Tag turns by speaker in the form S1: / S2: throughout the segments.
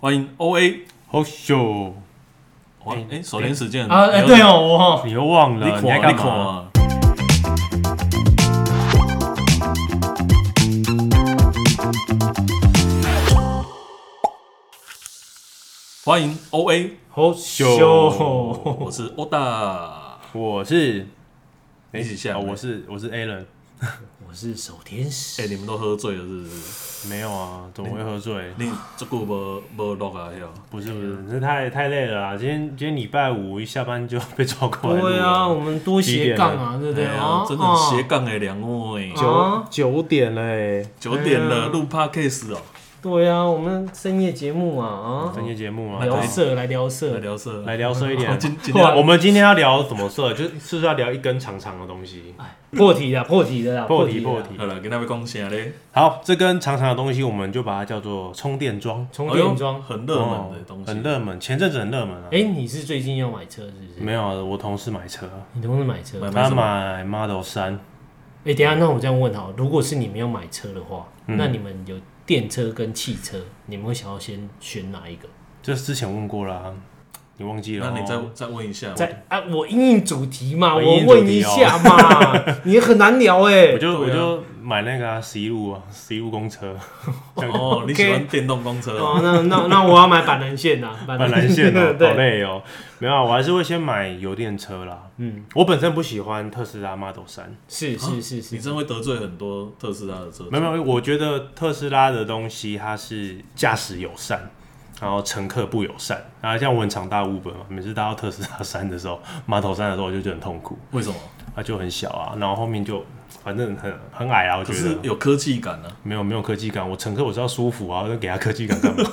S1: 欢迎 O A。
S2: 好秀，
S1: 哇，
S2: 哎
S1: 哎，首连时间
S3: 啊，哎对，哦，我哦
S2: 你又忘
S1: 你
S2: 了？
S1: 有
S2: 你
S1: 你垮
S2: 在干
S1: 你
S2: 嘛？
S1: 垮。欢迎 O A，
S3: 好
S2: 秀
S3: 秀，
S2: 哦
S1: 我是 Oda。
S2: 我是，
S1: 你几下
S2: 哦我是我是 Alan，
S3: 我是守天使，
S1: 哎，你们都喝醉了是不是？
S2: 没有啊，怎么会喝醉？
S1: 你这个无无录啊？哟，
S2: 不是不是，这太太累了啊！今天今天礼拜五一下班就被抓过来录了。
S3: 对啊，我们多斜杠啊，对不
S1: 哎
S3: 对
S1: 呀
S3: 啊？，
S1: 真的很斜
S3: 啊，
S1: 杠哎，两位
S3: 啊
S2: 九九点嘞，
S1: 九点
S3: 哎
S1: 了，
S3: 呀
S1: 录 Podcast 哦，
S3: 对啊，我们深夜节目啊
S2: 深夜节目
S3: 啊，
S2: 啊，
S3: 聊色来聊
S1: 来
S3: 色，
S1: 聊色，
S2: 来聊色一点。
S1: 今今
S2: 哇
S1: 天
S2: 我们今天要聊怎么色，就是是不是要聊一根长长的东西？
S3: 破题的哎破题的啊啦，
S2: 破题
S3: 的啦
S2: 破题
S1: 好。了，跟他们讲啥嘞？
S2: 好，这根长长的东西，我们就把它叫做充电桩，
S3: 充
S1: 哎呦
S3: 电桩。
S1: 很热门的东
S2: 哦
S1: 西，
S2: 很热门，前阵子很热门啊。
S3: 哎，你是最近要买车是不是？
S2: 没有啊，我同事买车，
S3: 你同事买车？
S1: 买
S3: 哎，
S1: 什么
S2: 他买 Model 三，
S3: 等一下，那我这样问好，如果是你们要买车的话，那你们有电车跟汽车，你们会想要先选哪一个？这
S2: 这之前问过啦，你忘记了
S1: 那
S2: 哦？
S1: 你再再问一下，
S3: 在啊，我因应主题哦嘛，
S2: 哦
S3: 我问一下嘛， 你很难聊哎
S2: 我。就我
S1: 对啊
S2: 就买那个啊，十一路啊，十一路公 车，
S1: 哦，你喜欢电动公车哦？
S3: 哦，那那那我要买板南线呐，板，
S2: 板蓝线 哦好
S3: 对，
S2: 累哦。没有啊，我还是会先买油电车啦。嗯，我本身不喜欢特斯拉 Model 三，
S3: 是是是是
S1: 你，真会得罪很多特斯拉的车主。
S2: 没有没有，我觉得特斯拉的东西它是驾驶友善。然后乘客不友善，然后像我很常搭 Uber 嘛，每次搭到特斯拉山的时候，码头山的时候，我就觉得很痛苦，
S1: 为什么？
S2: 它就很小啊，然后后面就反正很很矮啊，我
S1: 可
S2: 觉得。
S1: 是有科技感啊。
S2: 没有没有科技感，我乘客我知道舒服啊，我就给他科技 感干嘛？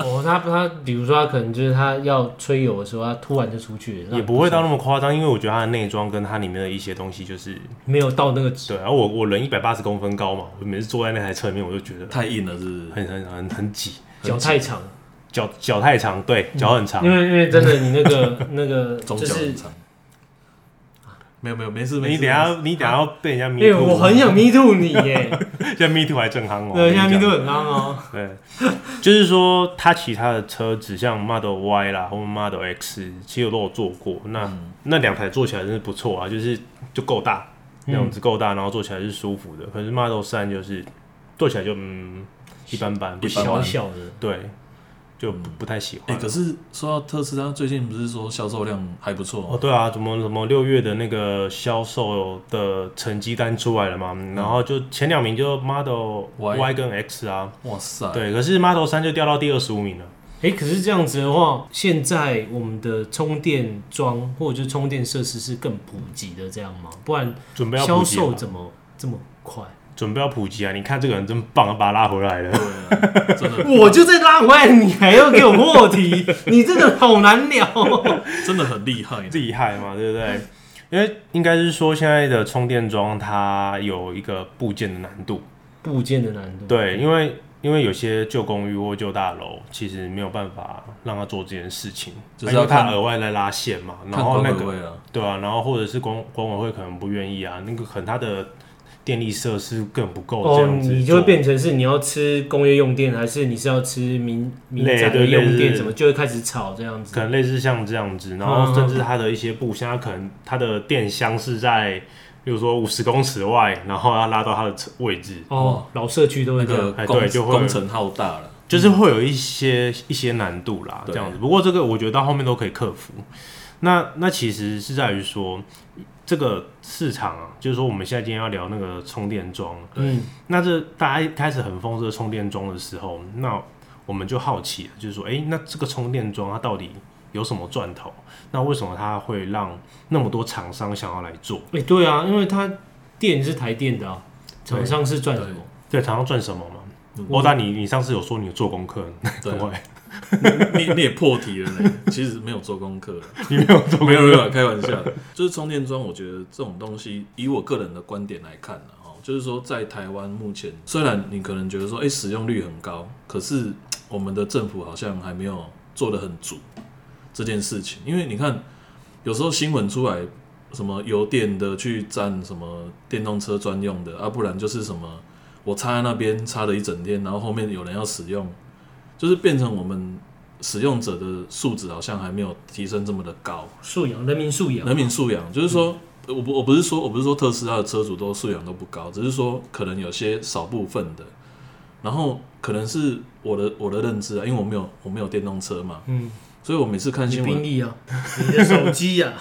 S3: 哦，他他比如说他可能就是他要吹油的时候，他突然就出去了，
S2: 也不会到那么夸张，因为我觉得它的内装跟它里面的一些东西就是
S3: 没有到那个
S2: 对，啊然后我我人一百八十公分高嘛，我每次坐在那台车里面我就觉得
S1: 太硬了，是不是？
S2: 很很很很挤，
S3: 脚太长，
S2: 脚脚太长，对，脚很长
S3: 因。为因为真的你那个 那个
S1: 中
S3: 就
S1: 脚
S3: 是
S1: 很，长。没有没有，没事没事。
S2: 你等一下你等一下要被人家
S3: 因
S2: me
S3: 为
S2: too
S3: 哎我很想 me too 你耶，
S2: 现在 me too 还正夯哦，
S3: 对，现在
S2: 我
S3: me
S2: 跟你讲
S3: too 很刚哦，
S2: 对，就是说它其他的车子像 Model Y 啦或 Model X，其实我都有坐过，那、
S3: 嗯
S2: 那两台坐起来真是不错啊，就是就够大，那种子够大，然后坐起来是舒服的。可是 Model 三就是坐起来就嗯一般般，不喜
S1: 一般
S3: 小
S2: 欢，
S1: 般
S3: 小的，
S2: 对，就
S3: 嗯
S2: 不不太喜
S1: 哎，
S2: 欢。
S1: 可是说到特斯拉，最近不是说销售量还不错
S2: 哦，
S1: 哦？
S2: 对啊，怎么怎么六月的那个销售的成绩单出来了嘛，然后就前两名就 Model
S1: Y
S2: Y 跟 X 啊，
S1: 哇塞！
S2: 对，可是 Model 三就掉到第二十五名了。
S3: 哎、可是这样子的话，现在我们的充电桩或者就是充电设施是更普及的，这样吗？不然
S2: 准备要
S3: 销
S2: 普及了
S3: 售怎么这么快？
S2: 准备要普及啊！你看这个人真棒，把他拉回来了。
S1: 对啊，真 的
S3: 我就在拉外，你还要给我破题，你这个好难聊、哦
S1: 真的很厉害。
S2: 厉害嘛，对不对？ 因为应该是说现在的充电桩它有一个部件的难度，
S3: 部件的难度，
S2: 对，因为因为有些旧公寓或旧大楼其实没有办法让他做这件事情，
S1: 就是要
S2: 因为它
S1: 看
S2: 额外再拉线嘛，
S1: 看
S2: 然后
S1: 管
S2: 那
S1: 委
S2: 个
S1: 会啊，
S2: 对啊，然后或者是管管委会可能不愿意啊，那个可能它的电力设施更不够，这
S3: 哦，
S2: 样子
S3: 你就会
S2: 做
S3: 变成是你要吃工业用电，还是你是要吃民民
S2: 类
S3: 宅的
S2: 对类
S3: 用电，
S2: 似
S3: 什么就会开始吵这样子
S2: 可。能类似像这样子，然
S3: 嗯
S2: 后
S3: 嗯
S2: 甚至它的一些布箱，它可能它的电箱是在，比如说五十公尺外，然后要拉到它的车位置，
S3: 哦，老社区都
S1: 那
S3: 会这
S1: 个
S3: 样。
S2: 哎
S1: 工
S2: 对就会
S1: 工程浩大了。
S2: 就是
S3: 嗯
S2: 会有一些一些难度啦，
S1: 对
S2: 这样子。不过这个我觉得到后面都可以克服。那那其实是在于说，这个市场啊，就是说我们现在今天要聊那个充电桩，
S3: 嗯，
S2: 那这大家一开始很疯这个充电桩的时候，那我们就好奇了，就是说，诶，那这个充电桩它到底有什么赚头？那为什么它会让那么多厂商想要来做？
S3: 哎、对啊，因为它电是台电的啊，
S2: 对
S3: 厂商是赚什么？
S2: 对，厂商赚什么嘛
S1: 嗯？
S2: 欧达，你你上次有说你有做功课，
S1: 对
S2: 对，
S1: 你你也破题了呢，其实没有做功课。
S2: 你没有做功
S1: 没有没
S2: 课，
S1: 有，开玩笑的。就是充电桩，我觉得这种东西，以我个人的观点来看呢，哦，就是说在台湾目前，虽然你可能觉得说，哎、使用率很高，可是我们的政府好像还没有做得很足这件事情。因为你看，有时候新闻出来，什么油电的去占什么电动车专用的，啊，不然就是什么我插在那边插了一整天，然后后面有人要使用。就是变成我们使用者的素质好像还没有提升这么的高。
S3: 素养，人民素养，
S1: 人民素养，就是说，我不我不是说我不是说特斯拉的车主都素养都不高，只是说可能有些少部分的，然后可能是我的我的认知啊，因为我没有我没有电动车嘛，
S3: 嗯，
S1: 所以我每次看
S3: 你
S1: 新
S3: 兵
S1: 闻，
S3: 力啊，你的手 机啊，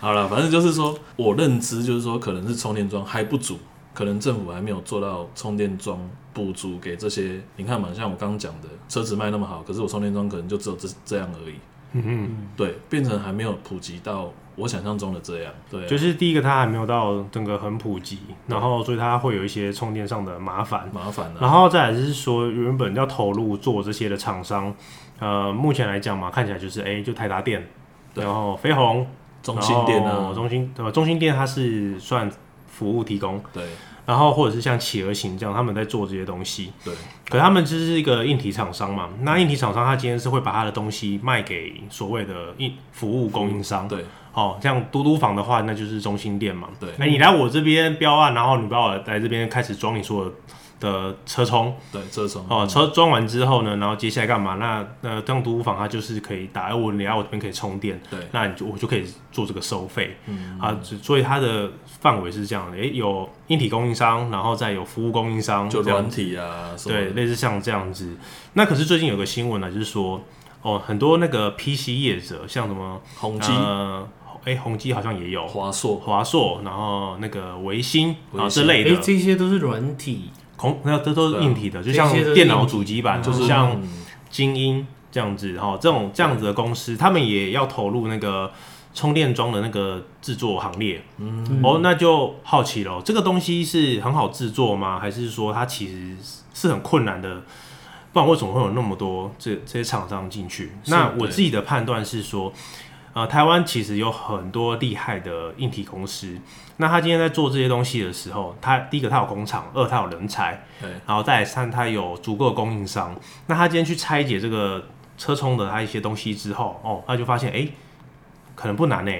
S1: 好了，反正就是说我认知就是说可能是充电桩还不足，可能政府还没有做到充电桩补足给这些，你看嘛，像我刚刚讲的，车子卖那么好，可是我充电桩可能就只有这这样而已，
S2: 嗯
S1: 对，变成还没有普及到我想象中的这样，对啊、
S2: 嗯，就是第一个它还没有到整个很普及，然后所以它会有一些充电上的麻烦，
S1: 麻烦啊了、
S2: 然后再来就是说原本要投入做这些的厂商，呃，目前来讲嘛，看起来就是哎、就台达电，
S1: 对
S2: 然后飞鸿，
S1: 中心店
S2: 然
S1: 啊
S2: 后，中心呃中心店它是算服务提供，
S1: 对
S2: 然后或者是像企鹅行这样，他们在做这些东西，
S1: 对。
S2: 可他们就是一个硬体厂商嘛，那硬体厂商他今天是会把他的东西卖给所谓的硬服务供应商，
S1: 嗯对
S2: 哦，像嘟嘟房的话，那就是中心店嘛，
S1: 对
S2: 那你来我这边标案，然后你把我来这边开始装你所有的车充，
S1: 对，这种
S2: 哦，车装完之后呢，然后接下来干嘛？那那像嘟嘟房它就是可以打，哎我你来我这边可以充电，
S1: 对
S2: 那你就我就可以做这个收费，啊，只所以它的范围是这样的，诶，有硬体供应商，然后再有服务供应商，
S1: 就
S2: 这样
S1: 软体啊，什么
S2: 对，
S1: 的
S2: 类似像这样子。那可是最近有个新闻呢，啊就是说，哦，很多那个 PC 业者，像什么
S1: 宏基、
S2: 呃，哎、宏基好像也有，
S1: 华硕，
S2: 华硕，然后那个维新
S1: 微
S2: 啊
S1: 星
S2: 这类
S3: 哎，
S2: 的，
S3: 这些都是软体，
S2: 孔那这都
S1: 对
S2: 是
S1: 啊
S2: 硬体的，就
S3: 这些
S2: 像
S3: 都是
S2: 电脑
S3: 硬体
S2: 主机板，
S1: 就是
S2: 像
S1: 嗯
S2: 精英这样子哈、这种这样子的公司，他们也要投入那个充电桩的那个制作行列。嗯，哦，那就好奇了，这个东西是很好制作吗？还是说它其实是很困难的？不然为什么会有那么多这这些厂商进去？
S1: 是
S2: 那我
S1: 对
S2: 自己的判断是说，呃，台湾其实有很多厉害的硬体公司。那他今天在做这些东西的时候，他第一个他有工厂，二他有人才，
S1: 对
S2: 然后再来看它有足够的供应商。那他今天去拆解这个车充的它一些东西之后，哦，他就发现哎、诶可能不难呢、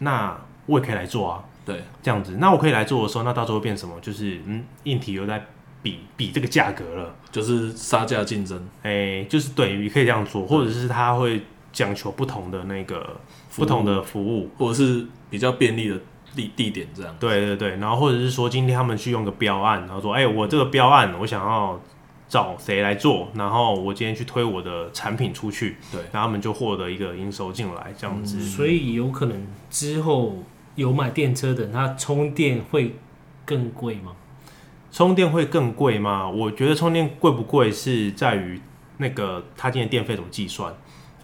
S2: 那我也可以来做啊，
S1: 对
S2: 这样子。那我可以来做的时候，那到时候变什么？就是嗯，硬体又在比比这个价格了，
S1: 就是杀价竞争，
S2: 哎、就是对，也可以这样做，或者是他会讲求不同的那个不同的服务。
S1: 或者是比较便利的地地点这样。
S2: 对对对，然后或者是说今天他们去用个标案，然后说，哎、我这个标案我想要找谁来做，然后我今天去推我的产品出去，
S1: 对
S2: 然后他们就获得一个营收进来，这样子。
S3: 嗯所以有可能之后有买电车的人，他充电会更贵吗？
S2: 充电会更贵吗？我觉得充电贵不贵是在于那个它今天电费怎么计算，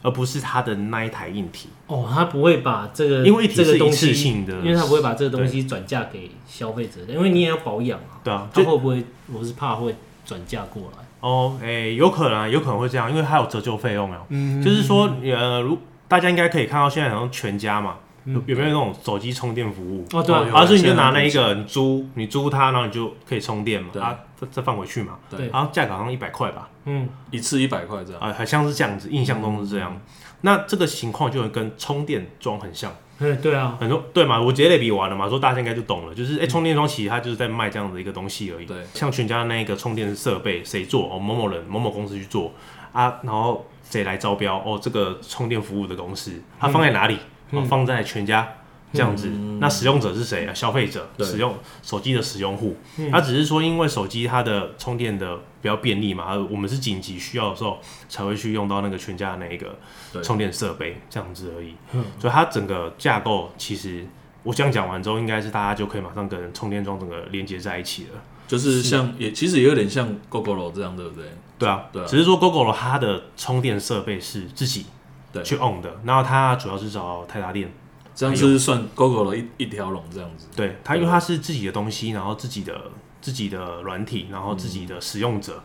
S2: 而不是它的那一台硬体，
S3: 哦，他不会把这个
S2: 因为一体
S3: 这个
S2: 是一
S3: 东
S2: 次
S3: 西，
S2: 性的，
S3: 因为他不会把这个东西转嫁给消费者，因为你也要保养啊。
S2: 对啊，
S3: 他
S2: 就
S3: 会不会？我是怕会转嫁过来。
S2: 哦，哎、有可能、啊，有可能会这样，因为它有折旧费用啊。嗯，就是说，呃，如大家应该可以看到，现在好像全家嘛，有有没有那种手机充电服务？
S3: 哦，对啊
S1: 哦有
S2: 而是你就拿
S1: 现在
S2: 那一个，你租，你租它，然后你就可以充电嘛，
S1: 对
S2: 啊，再再放回去嘛，
S1: 对
S2: 然后价格好像一百块吧，
S3: 嗯，
S1: 一次一百块这样。
S2: 啊，好像是这样子，印象中是这样。那这个情况就会跟充电桩很像，
S3: 嗯，对啊，
S2: 很多对嘛，我直接类比完了嘛，说大家应该就懂了，就是哎、充电桩其实它就是在卖这样的一个东西而已。
S1: 对
S2: 像全家的那个充电设备谁做？哦，某某人、某某公司去做啊，然后谁来招标？哦，这个充电服务的公司，它放在哪里？哦，放在全家这样子。那使用者是谁啊？消费者，
S1: 嗯对嗯
S2: 使用手机的使用户。它只是说，因为手机它的充电的比较便利嘛，啊我们是紧急需要的时候才会去用到那个全家的那一个
S1: 对嗯
S2: 充电设备这样子而已。所以它整个架构其实。我这样讲完之后，应该是大家就可以马上跟充电桩整个连接在一起了。
S1: 就是像也其实也有点像 GoGoRo 这样，对不对？
S2: 对啊，
S1: 对啊
S2: 只是说 GoGo 它的充电设备是自己
S1: 对
S2: 去 on 的，然后它主要是找泰达电，
S1: 这样就是算 GoGoRo 一一条龙这样子。
S2: 对它，因为它是自己的东西，然后自己的自己的软体，然后自己的使用者，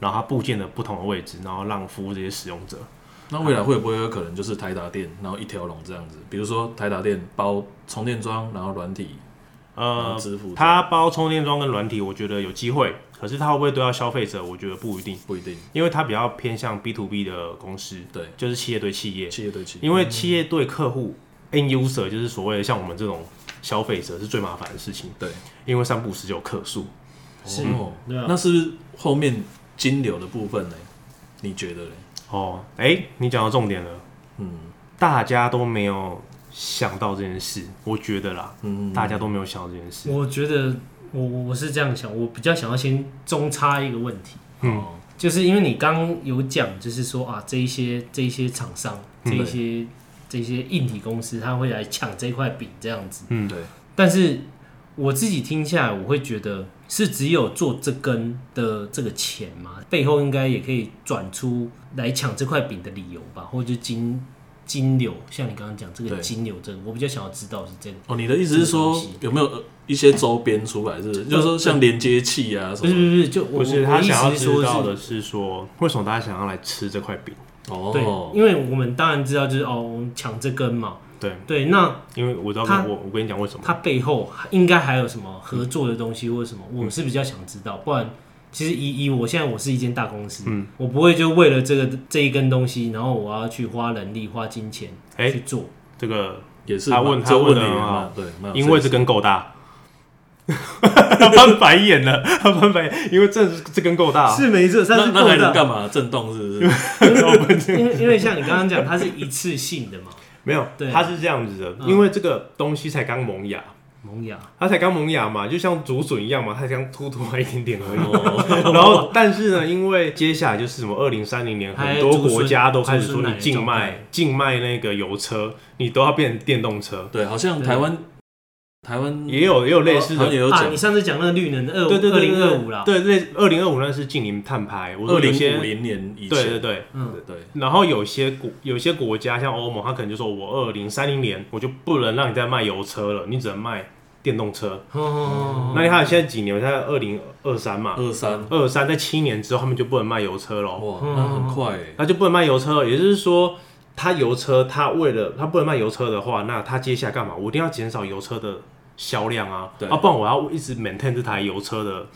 S2: 然后它部件的不同的位置，然后让服务这些使用者。
S1: 那未来会不会有可能就是台达电，然后一条龙这样子？比如说台达电包充电桩，然后软体，然后
S2: 呃，
S1: 支付，
S2: 它包充电桩跟软体，我觉得有机会，可是它会不会对到消费者，我觉得不一定，
S1: 不一定。
S2: 因为它比较偏向 B to B 的公司，
S1: 对，
S2: 就是企业对企业，
S1: 企业对企业，
S2: 因为企业对客户 end user 就是所谓的像我们这种消费者是最麻烦的事情，
S1: 对，
S2: 因为三不五时就有客诉，
S3: 是
S1: 哦
S3: 对啊
S1: 那是不是后面金流的部分呢？你觉得嘞？
S2: 哦，哎、你讲到重点了，
S1: 嗯
S2: 大家都没有想到这件事，我觉得啦，
S1: 嗯，
S2: 大家都没有想到这件事。
S3: 我觉得我我我是这样想，我比较想要先中插一个问题，
S2: 嗯
S1: 哦
S3: 就是因为你刚刚有讲，就是说啊，这一些这一些厂商，这一些、这一些硬体公司，他会来抢这块饼这样子。
S2: 嗯，
S1: 对，
S3: 但是我自己听下来，我会觉得是只有做这根的这个钱嘛，背后应该也可以转出来抢这块饼的理由吧，或者就金金流，像你刚刚讲这个
S1: 对
S3: 金流，这个我比较想要知道是这个。
S1: 哦，你的意思是说
S3: 这个东西
S1: 有没有呃一些周边出来？是不是？就是说像连接器啊什
S3: 不是不
S1: 么？
S3: 是不是，就我
S2: 不是
S3: 我
S2: 他
S3: 我意
S2: 想要
S3: 思是
S2: 知
S3: 说
S2: 道
S3: 是
S2: 的是说，为什么大家想要来吃这块饼？
S3: 对
S1: 哦，，
S3: 因为我们当然知道，就是哦，我们抢这根嘛。
S2: 对，
S3: 对，那
S2: 因为我知道
S3: 他
S2: 我我跟你讲为什么。
S3: 它背后应该还有什么合作的东西或者什么，
S2: 嗯
S3: 我是比较想知道。不然，其实以以我现在我是一间大公司，
S2: 嗯
S3: 我不会就为了这个这一根东西，然后我要去花人力、花金钱
S2: 哎
S3: 去做。
S2: 这个
S1: 也是
S2: 他
S1: 蛮
S2: 问他
S1: 这问
S2: 问
S1: 你
S2: 得很
S1: 嘛
S2: 好
S1: 对，
S3: 嗯
S1: 蛮有
S2: 因为
S1: sense
S2: 这根够大，他翻白眼了，他翻白眼，因为这这根够大，
S3: 啊是没错，
S1: 那
S3: 是
S1: 那还能 干嘛？震动是不是？
S3: 因为因为像你刚刚讲，它是一次性的嘛，
S2: 没有
S3: 对，
S2: 它是这样子的，
S3: 嗯
S2: 因为这个东西才刚萌芽，
S3: 萌芽
S2: 它才刚萌芽嘛，就像竹笋一样嘛，它才刚突突来一点点而已。
S1: 哦，
S2: 然后，但是呢，因为接下来就是什么二零三零年，
S3: 还
S2: 很多国家
S3: 竹
S2: 都
S3: 笋
S2: 开始
S3: 竹
S2: 说
S3: 笋
S2: 你
S3: 奶的
S2: 禁
S3: 状
S2: 卖
S3: 态
S2: 禁卖那个油车，你都要变成电动车，
S1: 对，好像
S3: 对
S1: 台湾台
S3: 嗯
S1: 湾
S2: 也有也有类似
S1: 好像
S2: 的。
S1: 也有
S3: 啊！
S1: 讲
S3: 你上次讲那个绿能二
S2: 对对
S3: 二
S2: 对
S3: 零
S2: 对
S3: 二五啦，
S2: 对对，二零二五那是禁零碳排，我
S1: 二
S2: 说有
S1: 零五
S2: 些
S1: 零年以
S2: 对对
S1: 前，
S2: 对，
S3: 嗯，
S1: 对，
S2: 然后有些国有些国家像欧盟，它可能就说我二零三零年我就不能让你再卖油车了，你只能卖电动车。
S3: 哦，
S2: 那你看现在几年？现在二零二三嘛，
S1: 二三
S2: 二三在七年之后，他们就不能卖油车喽，
S1: 哇，那很快欸
S2: 那就不能卖油车了。也就是说，他油车，他为了他不能卖油车的话，那他接下来干嘛？我一定要减少油车的销量啊，
S1: 对
S2: 啊，不然我要一直 maintain 这台油车的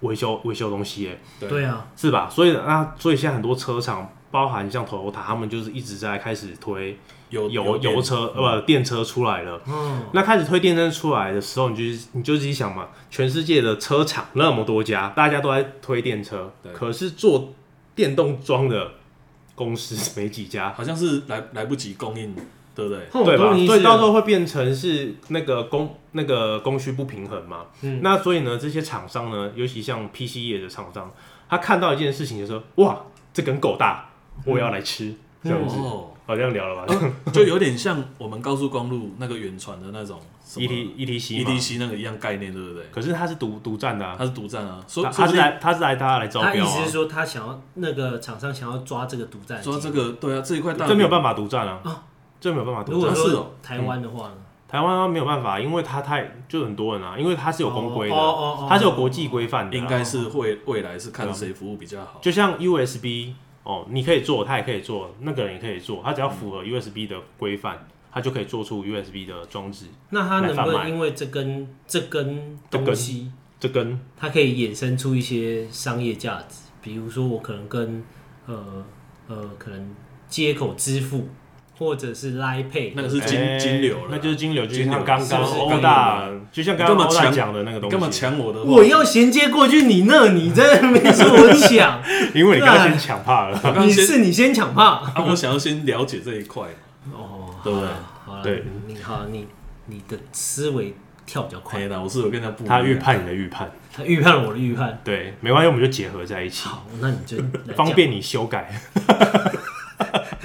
S2: 维修维修东西、欸，
S3: 对啊，
S2: 是吧？所以那所以现在很多车厂，包含像 Toyota，他们就是一直在开始推
S1: 有
S2: 油油车呃不电车出来了。
S3: 嗯，
S2: 那开始推电车出来的时候，你就是你就自己想嘛，全世界的车厂那么多家，大家都在推电车
S1: 对，
S2: 可是做电动装的公司没几家，
S1: 好像是来来不及供应，对不对？
S3: 哦
S2: 对吧？所以到时
S3: 候
S2: 候会变成是那个供那个供需不平衡嘛。
S3: 嗯
S2: 那所以呢，这些厂商呢，尤其像 PC 业的厂商，他看到一件事情就说：“哇，这根够大，我也要来吃。这样子，
S1: 哦，
S2: 好像聊了吧
S1: 就有点像我们高速公路那个远传的那种什么
S2: ？E T E T C E T C，
S1: EDC 那个一样概念，对不对？
S2: 可是他是独独占的、啊，
S1: 它是独占啊，说
S2: 他
S1: 说
S2: 他
S1: 不
S2: 是
S1: 定
S2: 来他是来他来招
S3: 他意
S2: 标、啊，
S3: 思是说，他想要那个厂商想要抓这个独占，
S1: 说这。个对啊，这一块大
S2: 这没有
S1: 法，
S2: 办法独占啊
S1: 哦
S3: 啊，
S2: 这没有办法
S3: 如
S2: 独
S3: 果
S2: 占。
S1: 啊是
S3: 说
S1: 哦
S3: 台湾的话呢？
S2: 台湾啊没有办法，因为它太就很多人啊，因为它是有公规的，
S3: 哦哦哦哦
S2: 它是有国际规范的啊。
S1: 应该是会未来是看谁服务比较好。
S2: 就像 USB 哦，你可以做，它也可以做，那个人也可以做，它只要符合 USB 的规范，它就可以做出 USB 的装置。
S3: 那他能不
S2: 来贩
S3: 能
S2: 卖
S3: 因为这根这根东西，
S2: 这跟
S3: 它可以衍生出一些商业价值？比如说，我可能跟呃呃，可能接口支付，或者是 Line Pay，
S1: 那个是金
S2: 哎
S1: 金流了啦
S2: 那就是金流，就
S1: 金流
S2: 像刚
S1: 是
S2: 刚
S1: 不是
S2: 欧大，就像刚
S1: 你
S2: 刚
S1: 干嘛
S2: 欧大
S1: 抢
S2: 讲的那个
S1: 你
S2: 东西。
S1: 干嘛？抢我的话？
S3: 我要衔接过去你那，你在那边说我抢，
S2: 因为你刚刚 先抢怕了。
S1: 我刚
S3: 你
S1: 先
S3: 是你先抢怕。
S1: 啊，我想要先了解这一块嘛，
S3: 哦，
S1: 对不对
S3: 好
S2: 啊
S3: 啦？好啦
S2: 对，
S3: 你好，你你的思维跳比较
S1: 可
S3: 快
S1: 以，啦，哎我是有跟他不一样
S2: 他预判你的预判，
S3: 他预判了我的预判。
S2: 对，没关系，我们就结合在一起，
S3: 好，那你就来讲
S2: 方。便你修改。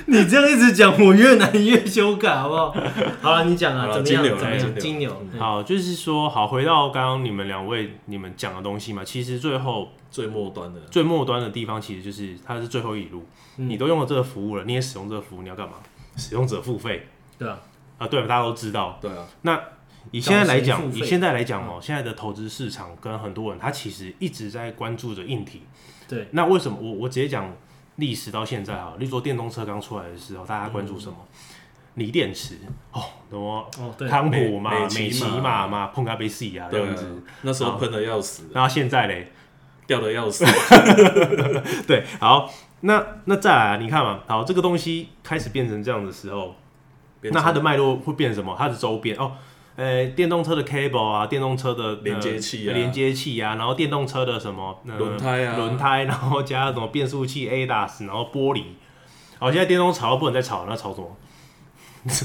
S3: 你这样一直讲，我越难越修改，好 不好？好了，你讲
S1: 好
S3: 啊，
S1: 啦
S3: 怎么样？
S1: 金牛
S3: 怎么
S1: 来
S3: 样？
S1: 金
S3: 金
S1: 牛嗯
S3: 牛，
S2: 好，就是说，好，回到刚刚你们两位你们讲的东西嘛，其实最后
S1: 最末端的
S2: 最末端的地方，其实就是它是最后一里路，
S3: 嗯
S2: 你都用了这个服务了，你也使用这个服务，你要干嘛？使用者付费
S3: 对啊，
S2: 啊，对吧？大家都知道。
S1: 对啊，
S2: 以现在来
S3: 找谁
S2: 讲，
S3: 付
S2: 以
S3: 费嗯
S2: 现在来讲哦、现在的投资市场跟很多人，他其实一直在关注着硬体。
S3: 对，
S2: 那为什么我我直接讲历史到现在啊？例如说电动车刚出来的时候，大家关注什么？
S3: 嗯
S2: 锂电池哦，什么
S3: 哦对，
S2: 康普嘛
S1: 美、
S2: 美
S1: 美
S2: 骑
S1: 骑嘛
S2: 马嘛、碰咖啡 C 啊这
S1: 对啊
S2: 样子。，
S1: 那时候喷的要死，
S2: 那现在嘞，
S1: 掉的要死，
S2: 对，好，那那再来、啊，你看嘛，好，这个东西开始变成这样的时候，
S1: 变
S2: 那
S1: 成
S2: 它的脉络会变成什么？它的周边哦，哎、呃电动车的 cable 啊，电动车的、呃
S1: 连接器啊
S2: 连接器啊，然后电动车的什么呃
S1: 轮胎啊
S2: 轮胎， 然后加什么变速器 ADAS，然后玻璃。好，现在电动吵到不能再吵了，那吵什么？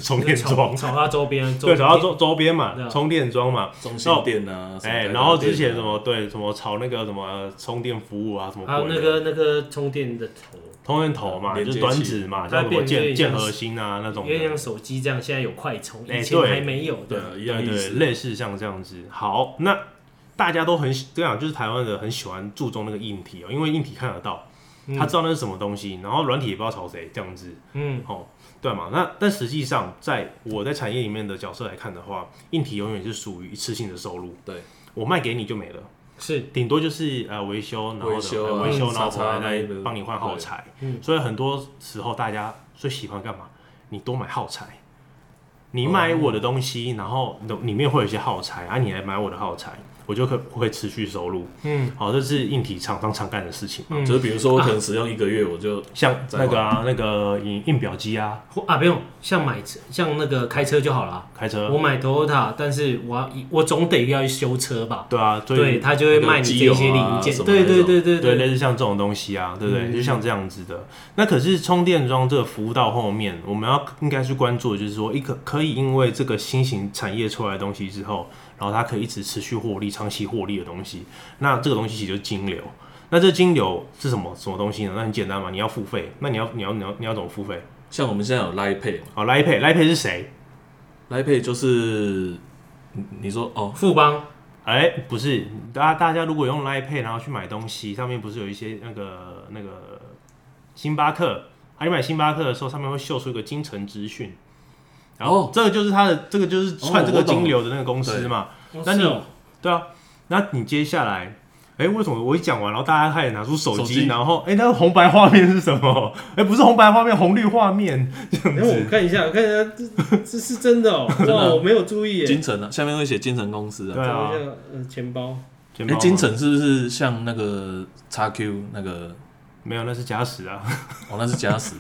S2: 充电桩
S3: 吵，吵他周边，
S2: 对，吵到周周边嘛
S3: 对，啊
S2: 充电桩嘛。
S1: 中心店啊，什么
S2: 哎、
S1: 台达
S2: 然后
S1: 店啊
S2: 之前什么对什么炒那个什么、呃充电服务啊，什么
S3: 还有
S2: 鬼
S3: 那
S2: 的
S3: 个那个充电的头，
S2: 通电头嘛，
S1: 连
S2: 就
S1: 接器
S2: 是短指嘛，
S3: 它
S2: 叫什么
S3: 变成
S2: 键
S3: 有点
S2: 键
S3: 像
S2: 核心啊那种
S3: 有
S2: 的，
S3: 点像手机这样，现在有快充，
S2: 哎
S3: 以前
S2: 对
S3: 还没有
S1: 对
S3: 的。
S1: 啊，一样
S2: 对
S1: 意
S2: 对，
S1: 思。
S2: 类似像这样子。好，那大家都很喜这样，就是台湾人很喜欢注重那个硬体哦、因为硬体看得到，
S3: 嗯
S2: 他知道那是什么东西，然后软体也不知道朝谁这样子，
S3: 嗯，
S2: 哦，对嘛？那但实际上，在我在产业里面的角色来看的话，硬体永远是属于一次性的收入，
S1: 对，
S2: 我卖给你就没了。
S3: 是
S2: 顶多就是呃维修，然后
S1: 维修啊
S2: 呃维修，然
S1: 叉
S2: 后
S1: 叉
S2: 回来
S1: 那个
S2: 再帮你换耗材
S3: 嗯。
S2: 所以很多时候大家最喜欢干嘛？你多买耗材，
S3: 哦
S2: 你买我的东西，然后里面会有一些耗材啊，你来买我的耗材，我就可会持续收入。
S3: 嗯，
S2: 好，这是硬体厂商常干的事情嘛。
S3: 嗯
S1: 就是比如说我可
S2: 啊
S1: 能使用一个月，我就
S2: 像那个啊，那个印印表机啊，
S3: 或啊，不用像买车，像那个开车就好了。
S2: 开车
S1: 嗯
S3: 我，买 Toyota，但是我要我总得要去修车吧？
S2: 对啊，所以
S3: 对，他就会卖你
S1: 机
S3: 这
S1: 油
S3: 些
S1: 啊
S3: 零件
S1: 什。么
S3: 对
S1: 那
S3: 对
S1: 种
S3: 对
S2: 对，
S3: 对对，
S2: 类似像这种东西啊，对不对？
S3: 嗯
S2: 就像这样子的。那可是充电桩这个服务到后面，我们要应该去关注，的就是说，一个可以因为这个新型产业出来的东西之后，然后它可以一直持续获利、长期获利的东西，那这个东西其实就是金流。那这金流是什么什么东西呢？那很简单嘛，你要付费，那你要你要你要你要怎么付费？
S1: 像我们现在有 Line Pay 嘛
S2: 好，来 pay 来 pay 是谁？
S1: ，Line Pay 就是你你说哦，
S3: 富邦
S2: 哎、不是，大家大家如果用 Line Pay 然后去买东西，上面不是有一些那个那个星巴克，啊，你买星巴克的时候，上面会秀出一个金城资讯，然后
S1: 哦
S2: 这个就是它的，这个就是串这
S1: 哦
S2: 个
S1: 我懂
S2: 金流的那个公司嘛，那你
S3: 是哦
S2: 对啊，那你接下来。哎、为什么我一讲完，然后大家开始拿出手
S1: 手
S2: 机，
S1: 机
S2: 然后哎、那个红白画面是什么？ 哎、不是红白画面，红绿画面这样
S3: 哎，我
S2: 子。
S3: 看一下，我看一下，这这是真的 哦，
S1: 的
S3: 哇，我没有注意耶。
S1: 金城啊，下面会写金城公司啊
S2: 对。啊
S3: 找一下，呃，钱包
S2: 钱包
S1: 哎，
S2: 吗
S1: 金城是不是像那个 XQ 那个？
S2: 没有，那是假死啊，
S1: 哦，那是假死。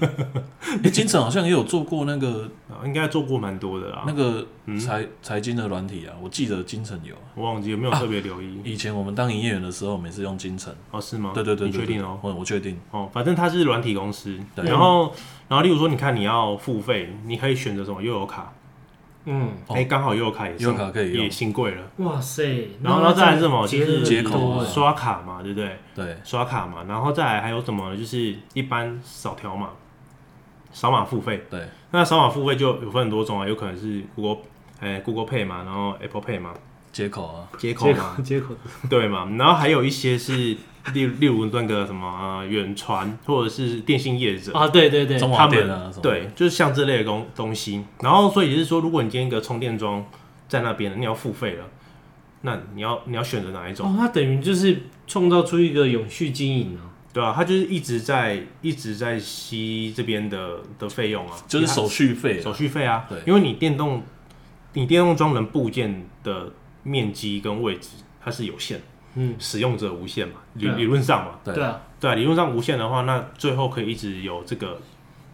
S1: 哎，金城好像也有做过那个
S2: 应该做过蛮多的啦。
S1: 那个
S2: 嗯
S1: 财财经的软体啊，我记得金城有啊。
S2: 我忘记有没有特别留意、
S1: 以前我们当营业员的时候，每次用金城。
S2: 哦，是吗？
S1: 啊对对对，
S2: 你
S1: 对
S2: 确定哦？？
S1: 对我我确定。
S2: 哦，反正它是软体公司，
S1: 对
S2: 然后然后例如说，你看你要付费，你可以选择什么悠游卡，
S3: 嗯，
S1: 哦
S2: 哎、刚好悠游卡也
S1: 悠游卡可以用
S2: 也新贵了，
S3: 哇塞，
S2: 然后然后再来是什么
S3: 节
S2: 就是
S3: 日
S1: 接口啊
S3: 多耶
S2: 刷卡嘛，对不对？
S1: 对，
S2: 刷卡嘛，然后再来还有什么呢？就是一般扫条码，扫码付费。
S1: 对，
S2: 那扫码付费就有分很多种啊，有可能是 Google 哎、Google Pay 嘛，然后 Apple Pay 嘛，
S1: 接口啊，
S2: 接口
S3: 接
S2: 嘛，
S3: 口接口，
S2: 对嘛？然后还有一些是例例如那个什么呃远传或者是电信业者
S3: 啊，对对对，
S1: 中华电啊什么的。
S2: 对，就是像这类的东东西。然后所以也是说，如果你今天一个充电桩在那边，你要付费了，那你要你要选择哪一种？
S3: 哦，它等于就是创造出一个永续经营啊。
S2: 对啊，它就是一直在一直在吸这边的的费用啊，
S1: 就是手续费啊。
S2: 手续费啊
S1: 对，
S2: 因为你电动你电动装人部件的面积跟位置它是有限，
S3: 嗯，
S2: 使用者无限嘛，理
S3: 对啊
S2: 理论上嘛，
S1: 对
S3: 对啊，
S2: 对啊，理论上无限的话，那最后可以一直有这个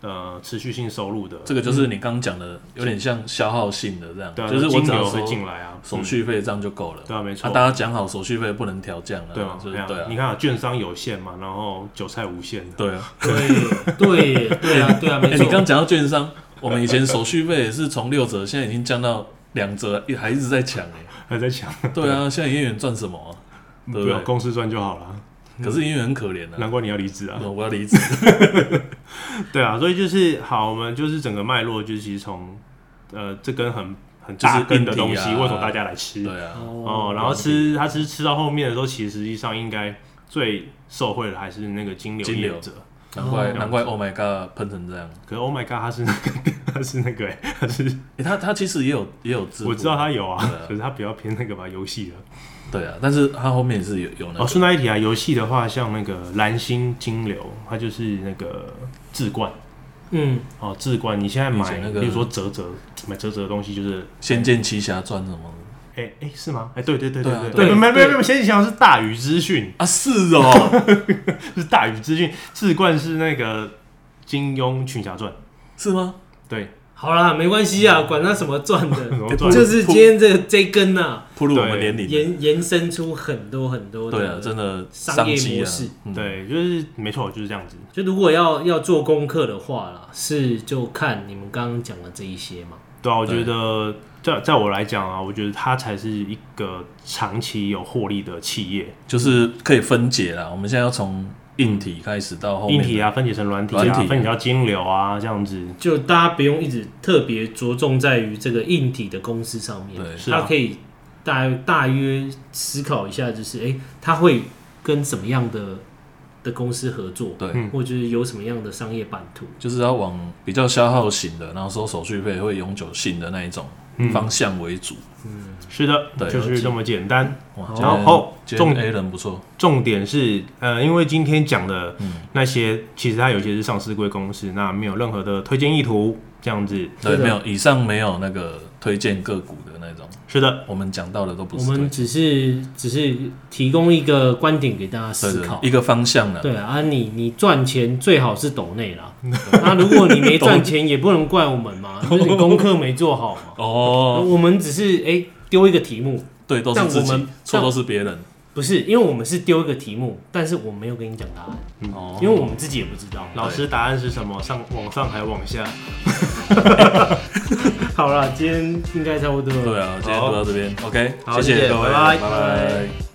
S2: 呃持续性收入的，
S1: 这个就是你刚刚讲的，有点像消耗性的这样，
S2: 对啊，
S1: 就是我
S2: 金
S1: 只要
S2: 流会
S1: 收
S2: 进来啊，
S1: 手
S2: 嗯
S1: 续费这样就够了。
S2: 对啊，没错
S1: 啊，，大家讲好手续费不能调降啊，
S2: 对啊，
S1: 就是
S2: 哎呀
S1: 对啊
S2: 你，看啊，券商有限嘛，然后韭菜无限的，
S1: 对 啊。
S3: 对对对啊，对啊，
S1: 哎，
S3: 没
S1: 你
S3: 错。
S1: 刚刚讲到券商，我们以前手续费也是从六折，现在已经降到两折，还一直在抢哎。
S2: 还在抢，
S1: 对啊，现在营业员赚什么啊？ 对
S2: 不
S1: 不
S2: 要
S1: 对？
S2: 公司赚就好了，
S1: 可是营业员很可怜啊，
S2: 难怪你要离职啊。
S1: 我要 离职。
S2: 对啊，所以就是好，我们就是整个脉络就是其实从呃这根很很
S1: 就是
S2: 大根的
S1: 硬体啊
S2: 东西，为什么大家来吃？
S1: 对啊，
S2: 哦，然后吃它吃吃到后面的时候，其实实际上应该最受惠的还是那个金流
S1: 金流
S2: 业者。
S1: 难怪
S2: 嗯
S3: 哦
S1: 难怪，Oh my God，喷成这样。
S2: 可是 Oh my God，他是那个 他是那个、欸，他是
S1: 哎，他他其实也有也有支付，
S2: 我知道他有啊
S1: 对啊，
S2: 可是他比较偏那个吧游戏的。
S1: 对啊，但是他后面也是有有那个
S2: 哦，顺带一提啊，游戏的话，像那个蓝星金流，它就是那个置冠
S3: 嗯，
S2: 哦，置冠。你现在
S1: 以
S2: 买，
S1: 前那个
S2: 比如说泽泽买泽泽的东西，就
S1: 《
S2: 是
S1: 仙剑奇侠传》什么的
S2: 哎哎、是吗？哎、对对对
S1: 对啊
S2: 对
S1: 对
S2: 对，没没
S3: 对
S2: 没没，先想是大禹资讯，
S1: 啊，是 哦，
S2: 是大禹资讯，置冠是那个金庸群侠传，
S1: 是吗？
S2: 对
S3: 好啦，没关系啊，管它什么赚的，
S2: 嗯 然后赚
S3: 就是今天这这根呐、
S1: 铺入我们
S2: 对
S1: 年龄。
S3: 延延伸出很多很多的
S1: 对啊，真的
S3: 商业
S1: 机
S3: 模
S1: 啊
S3: 式。
S1: 嗯，
S2: 对，就是没错，就是这样子。
S3: 就如果要要做功课的话啦，是就看你们刚刚讲的这一些嘛。
S2: 对啊，我
S1: 对
S2: 觉得在在我来讲啊，我觉得它才是一个长期有获利的企业。
S1: 就是可以分解啦。我们现在要从硬体开始到后面
S2: 硬
S1: 的
S2: 体啊，分解成软体
S1: 软
S2: 啊，
S1: 体
S2: 分解到金流啊，这样子。
S3: 就大家不用一直特别着重在于这个硬体的公司上面，
S1: 对
S2: 是啊
S3: 它可以大大约思考一下，就是哎、诶它会跟什么样的的公司合作，
S1: 对，
S2: 嗯
S3: 或者是有什么样的商业版图。
S1: 就是要往比较消耗型的，然后收手续费会永久性的那一种方向为主。
S2: 是的，
S1: 对
S2: 就是这么简单。
S1: 哇，
S2: 好
S1: 今天
S2: 然后
S1: 今
S2: 重
S1: 天 A 人不错，
S2: 重点是，呃，因为今天讲的
S1: 嗯
S2: 那些，其实它有些是上市贵公司，那没有任何的推荐意图，这样子。
S1: 对，
S3: 是的
S1: 没有以上没有那个推荐个股的那种，
S2: 是的，
S1: 我们讲到的都不
S3: 我
S1: 是
S3: 们
S1: 推
S3: 只是只是提供一个观点给大家
S1: 对
S3: 思
S1: 对
S3: 考
S1: 对，一。个方向啦。
S3: 对啊，啊你你赚钱最好是抖内啦。 那如果你没赚钱，也不能怪我们 嘛，就是你功课没做好嘛。
S1: 哦，
S3: 我们只是哎丢、一个题目，
S1: 对，都是
S3: 但
S1: 自
S3: 我
S1: 己
S3: 们，
S1: 错都是别人。
S3: 不是因为我们是丢一个题目，但是我没有跟你讲答案，
S1: 哦，
S3: 因为我们自己也不知道。
S2: 老师答案是什么？上往上还往下？
S3: 好了，今天应该差不多了。
S1: 对啊，今天就到这边，OK，
S2: 好
S1: 谢
S2: 谢谢
S1: 各位，
S2: 拜
S1: 拜
S2: 拜
S1: 拜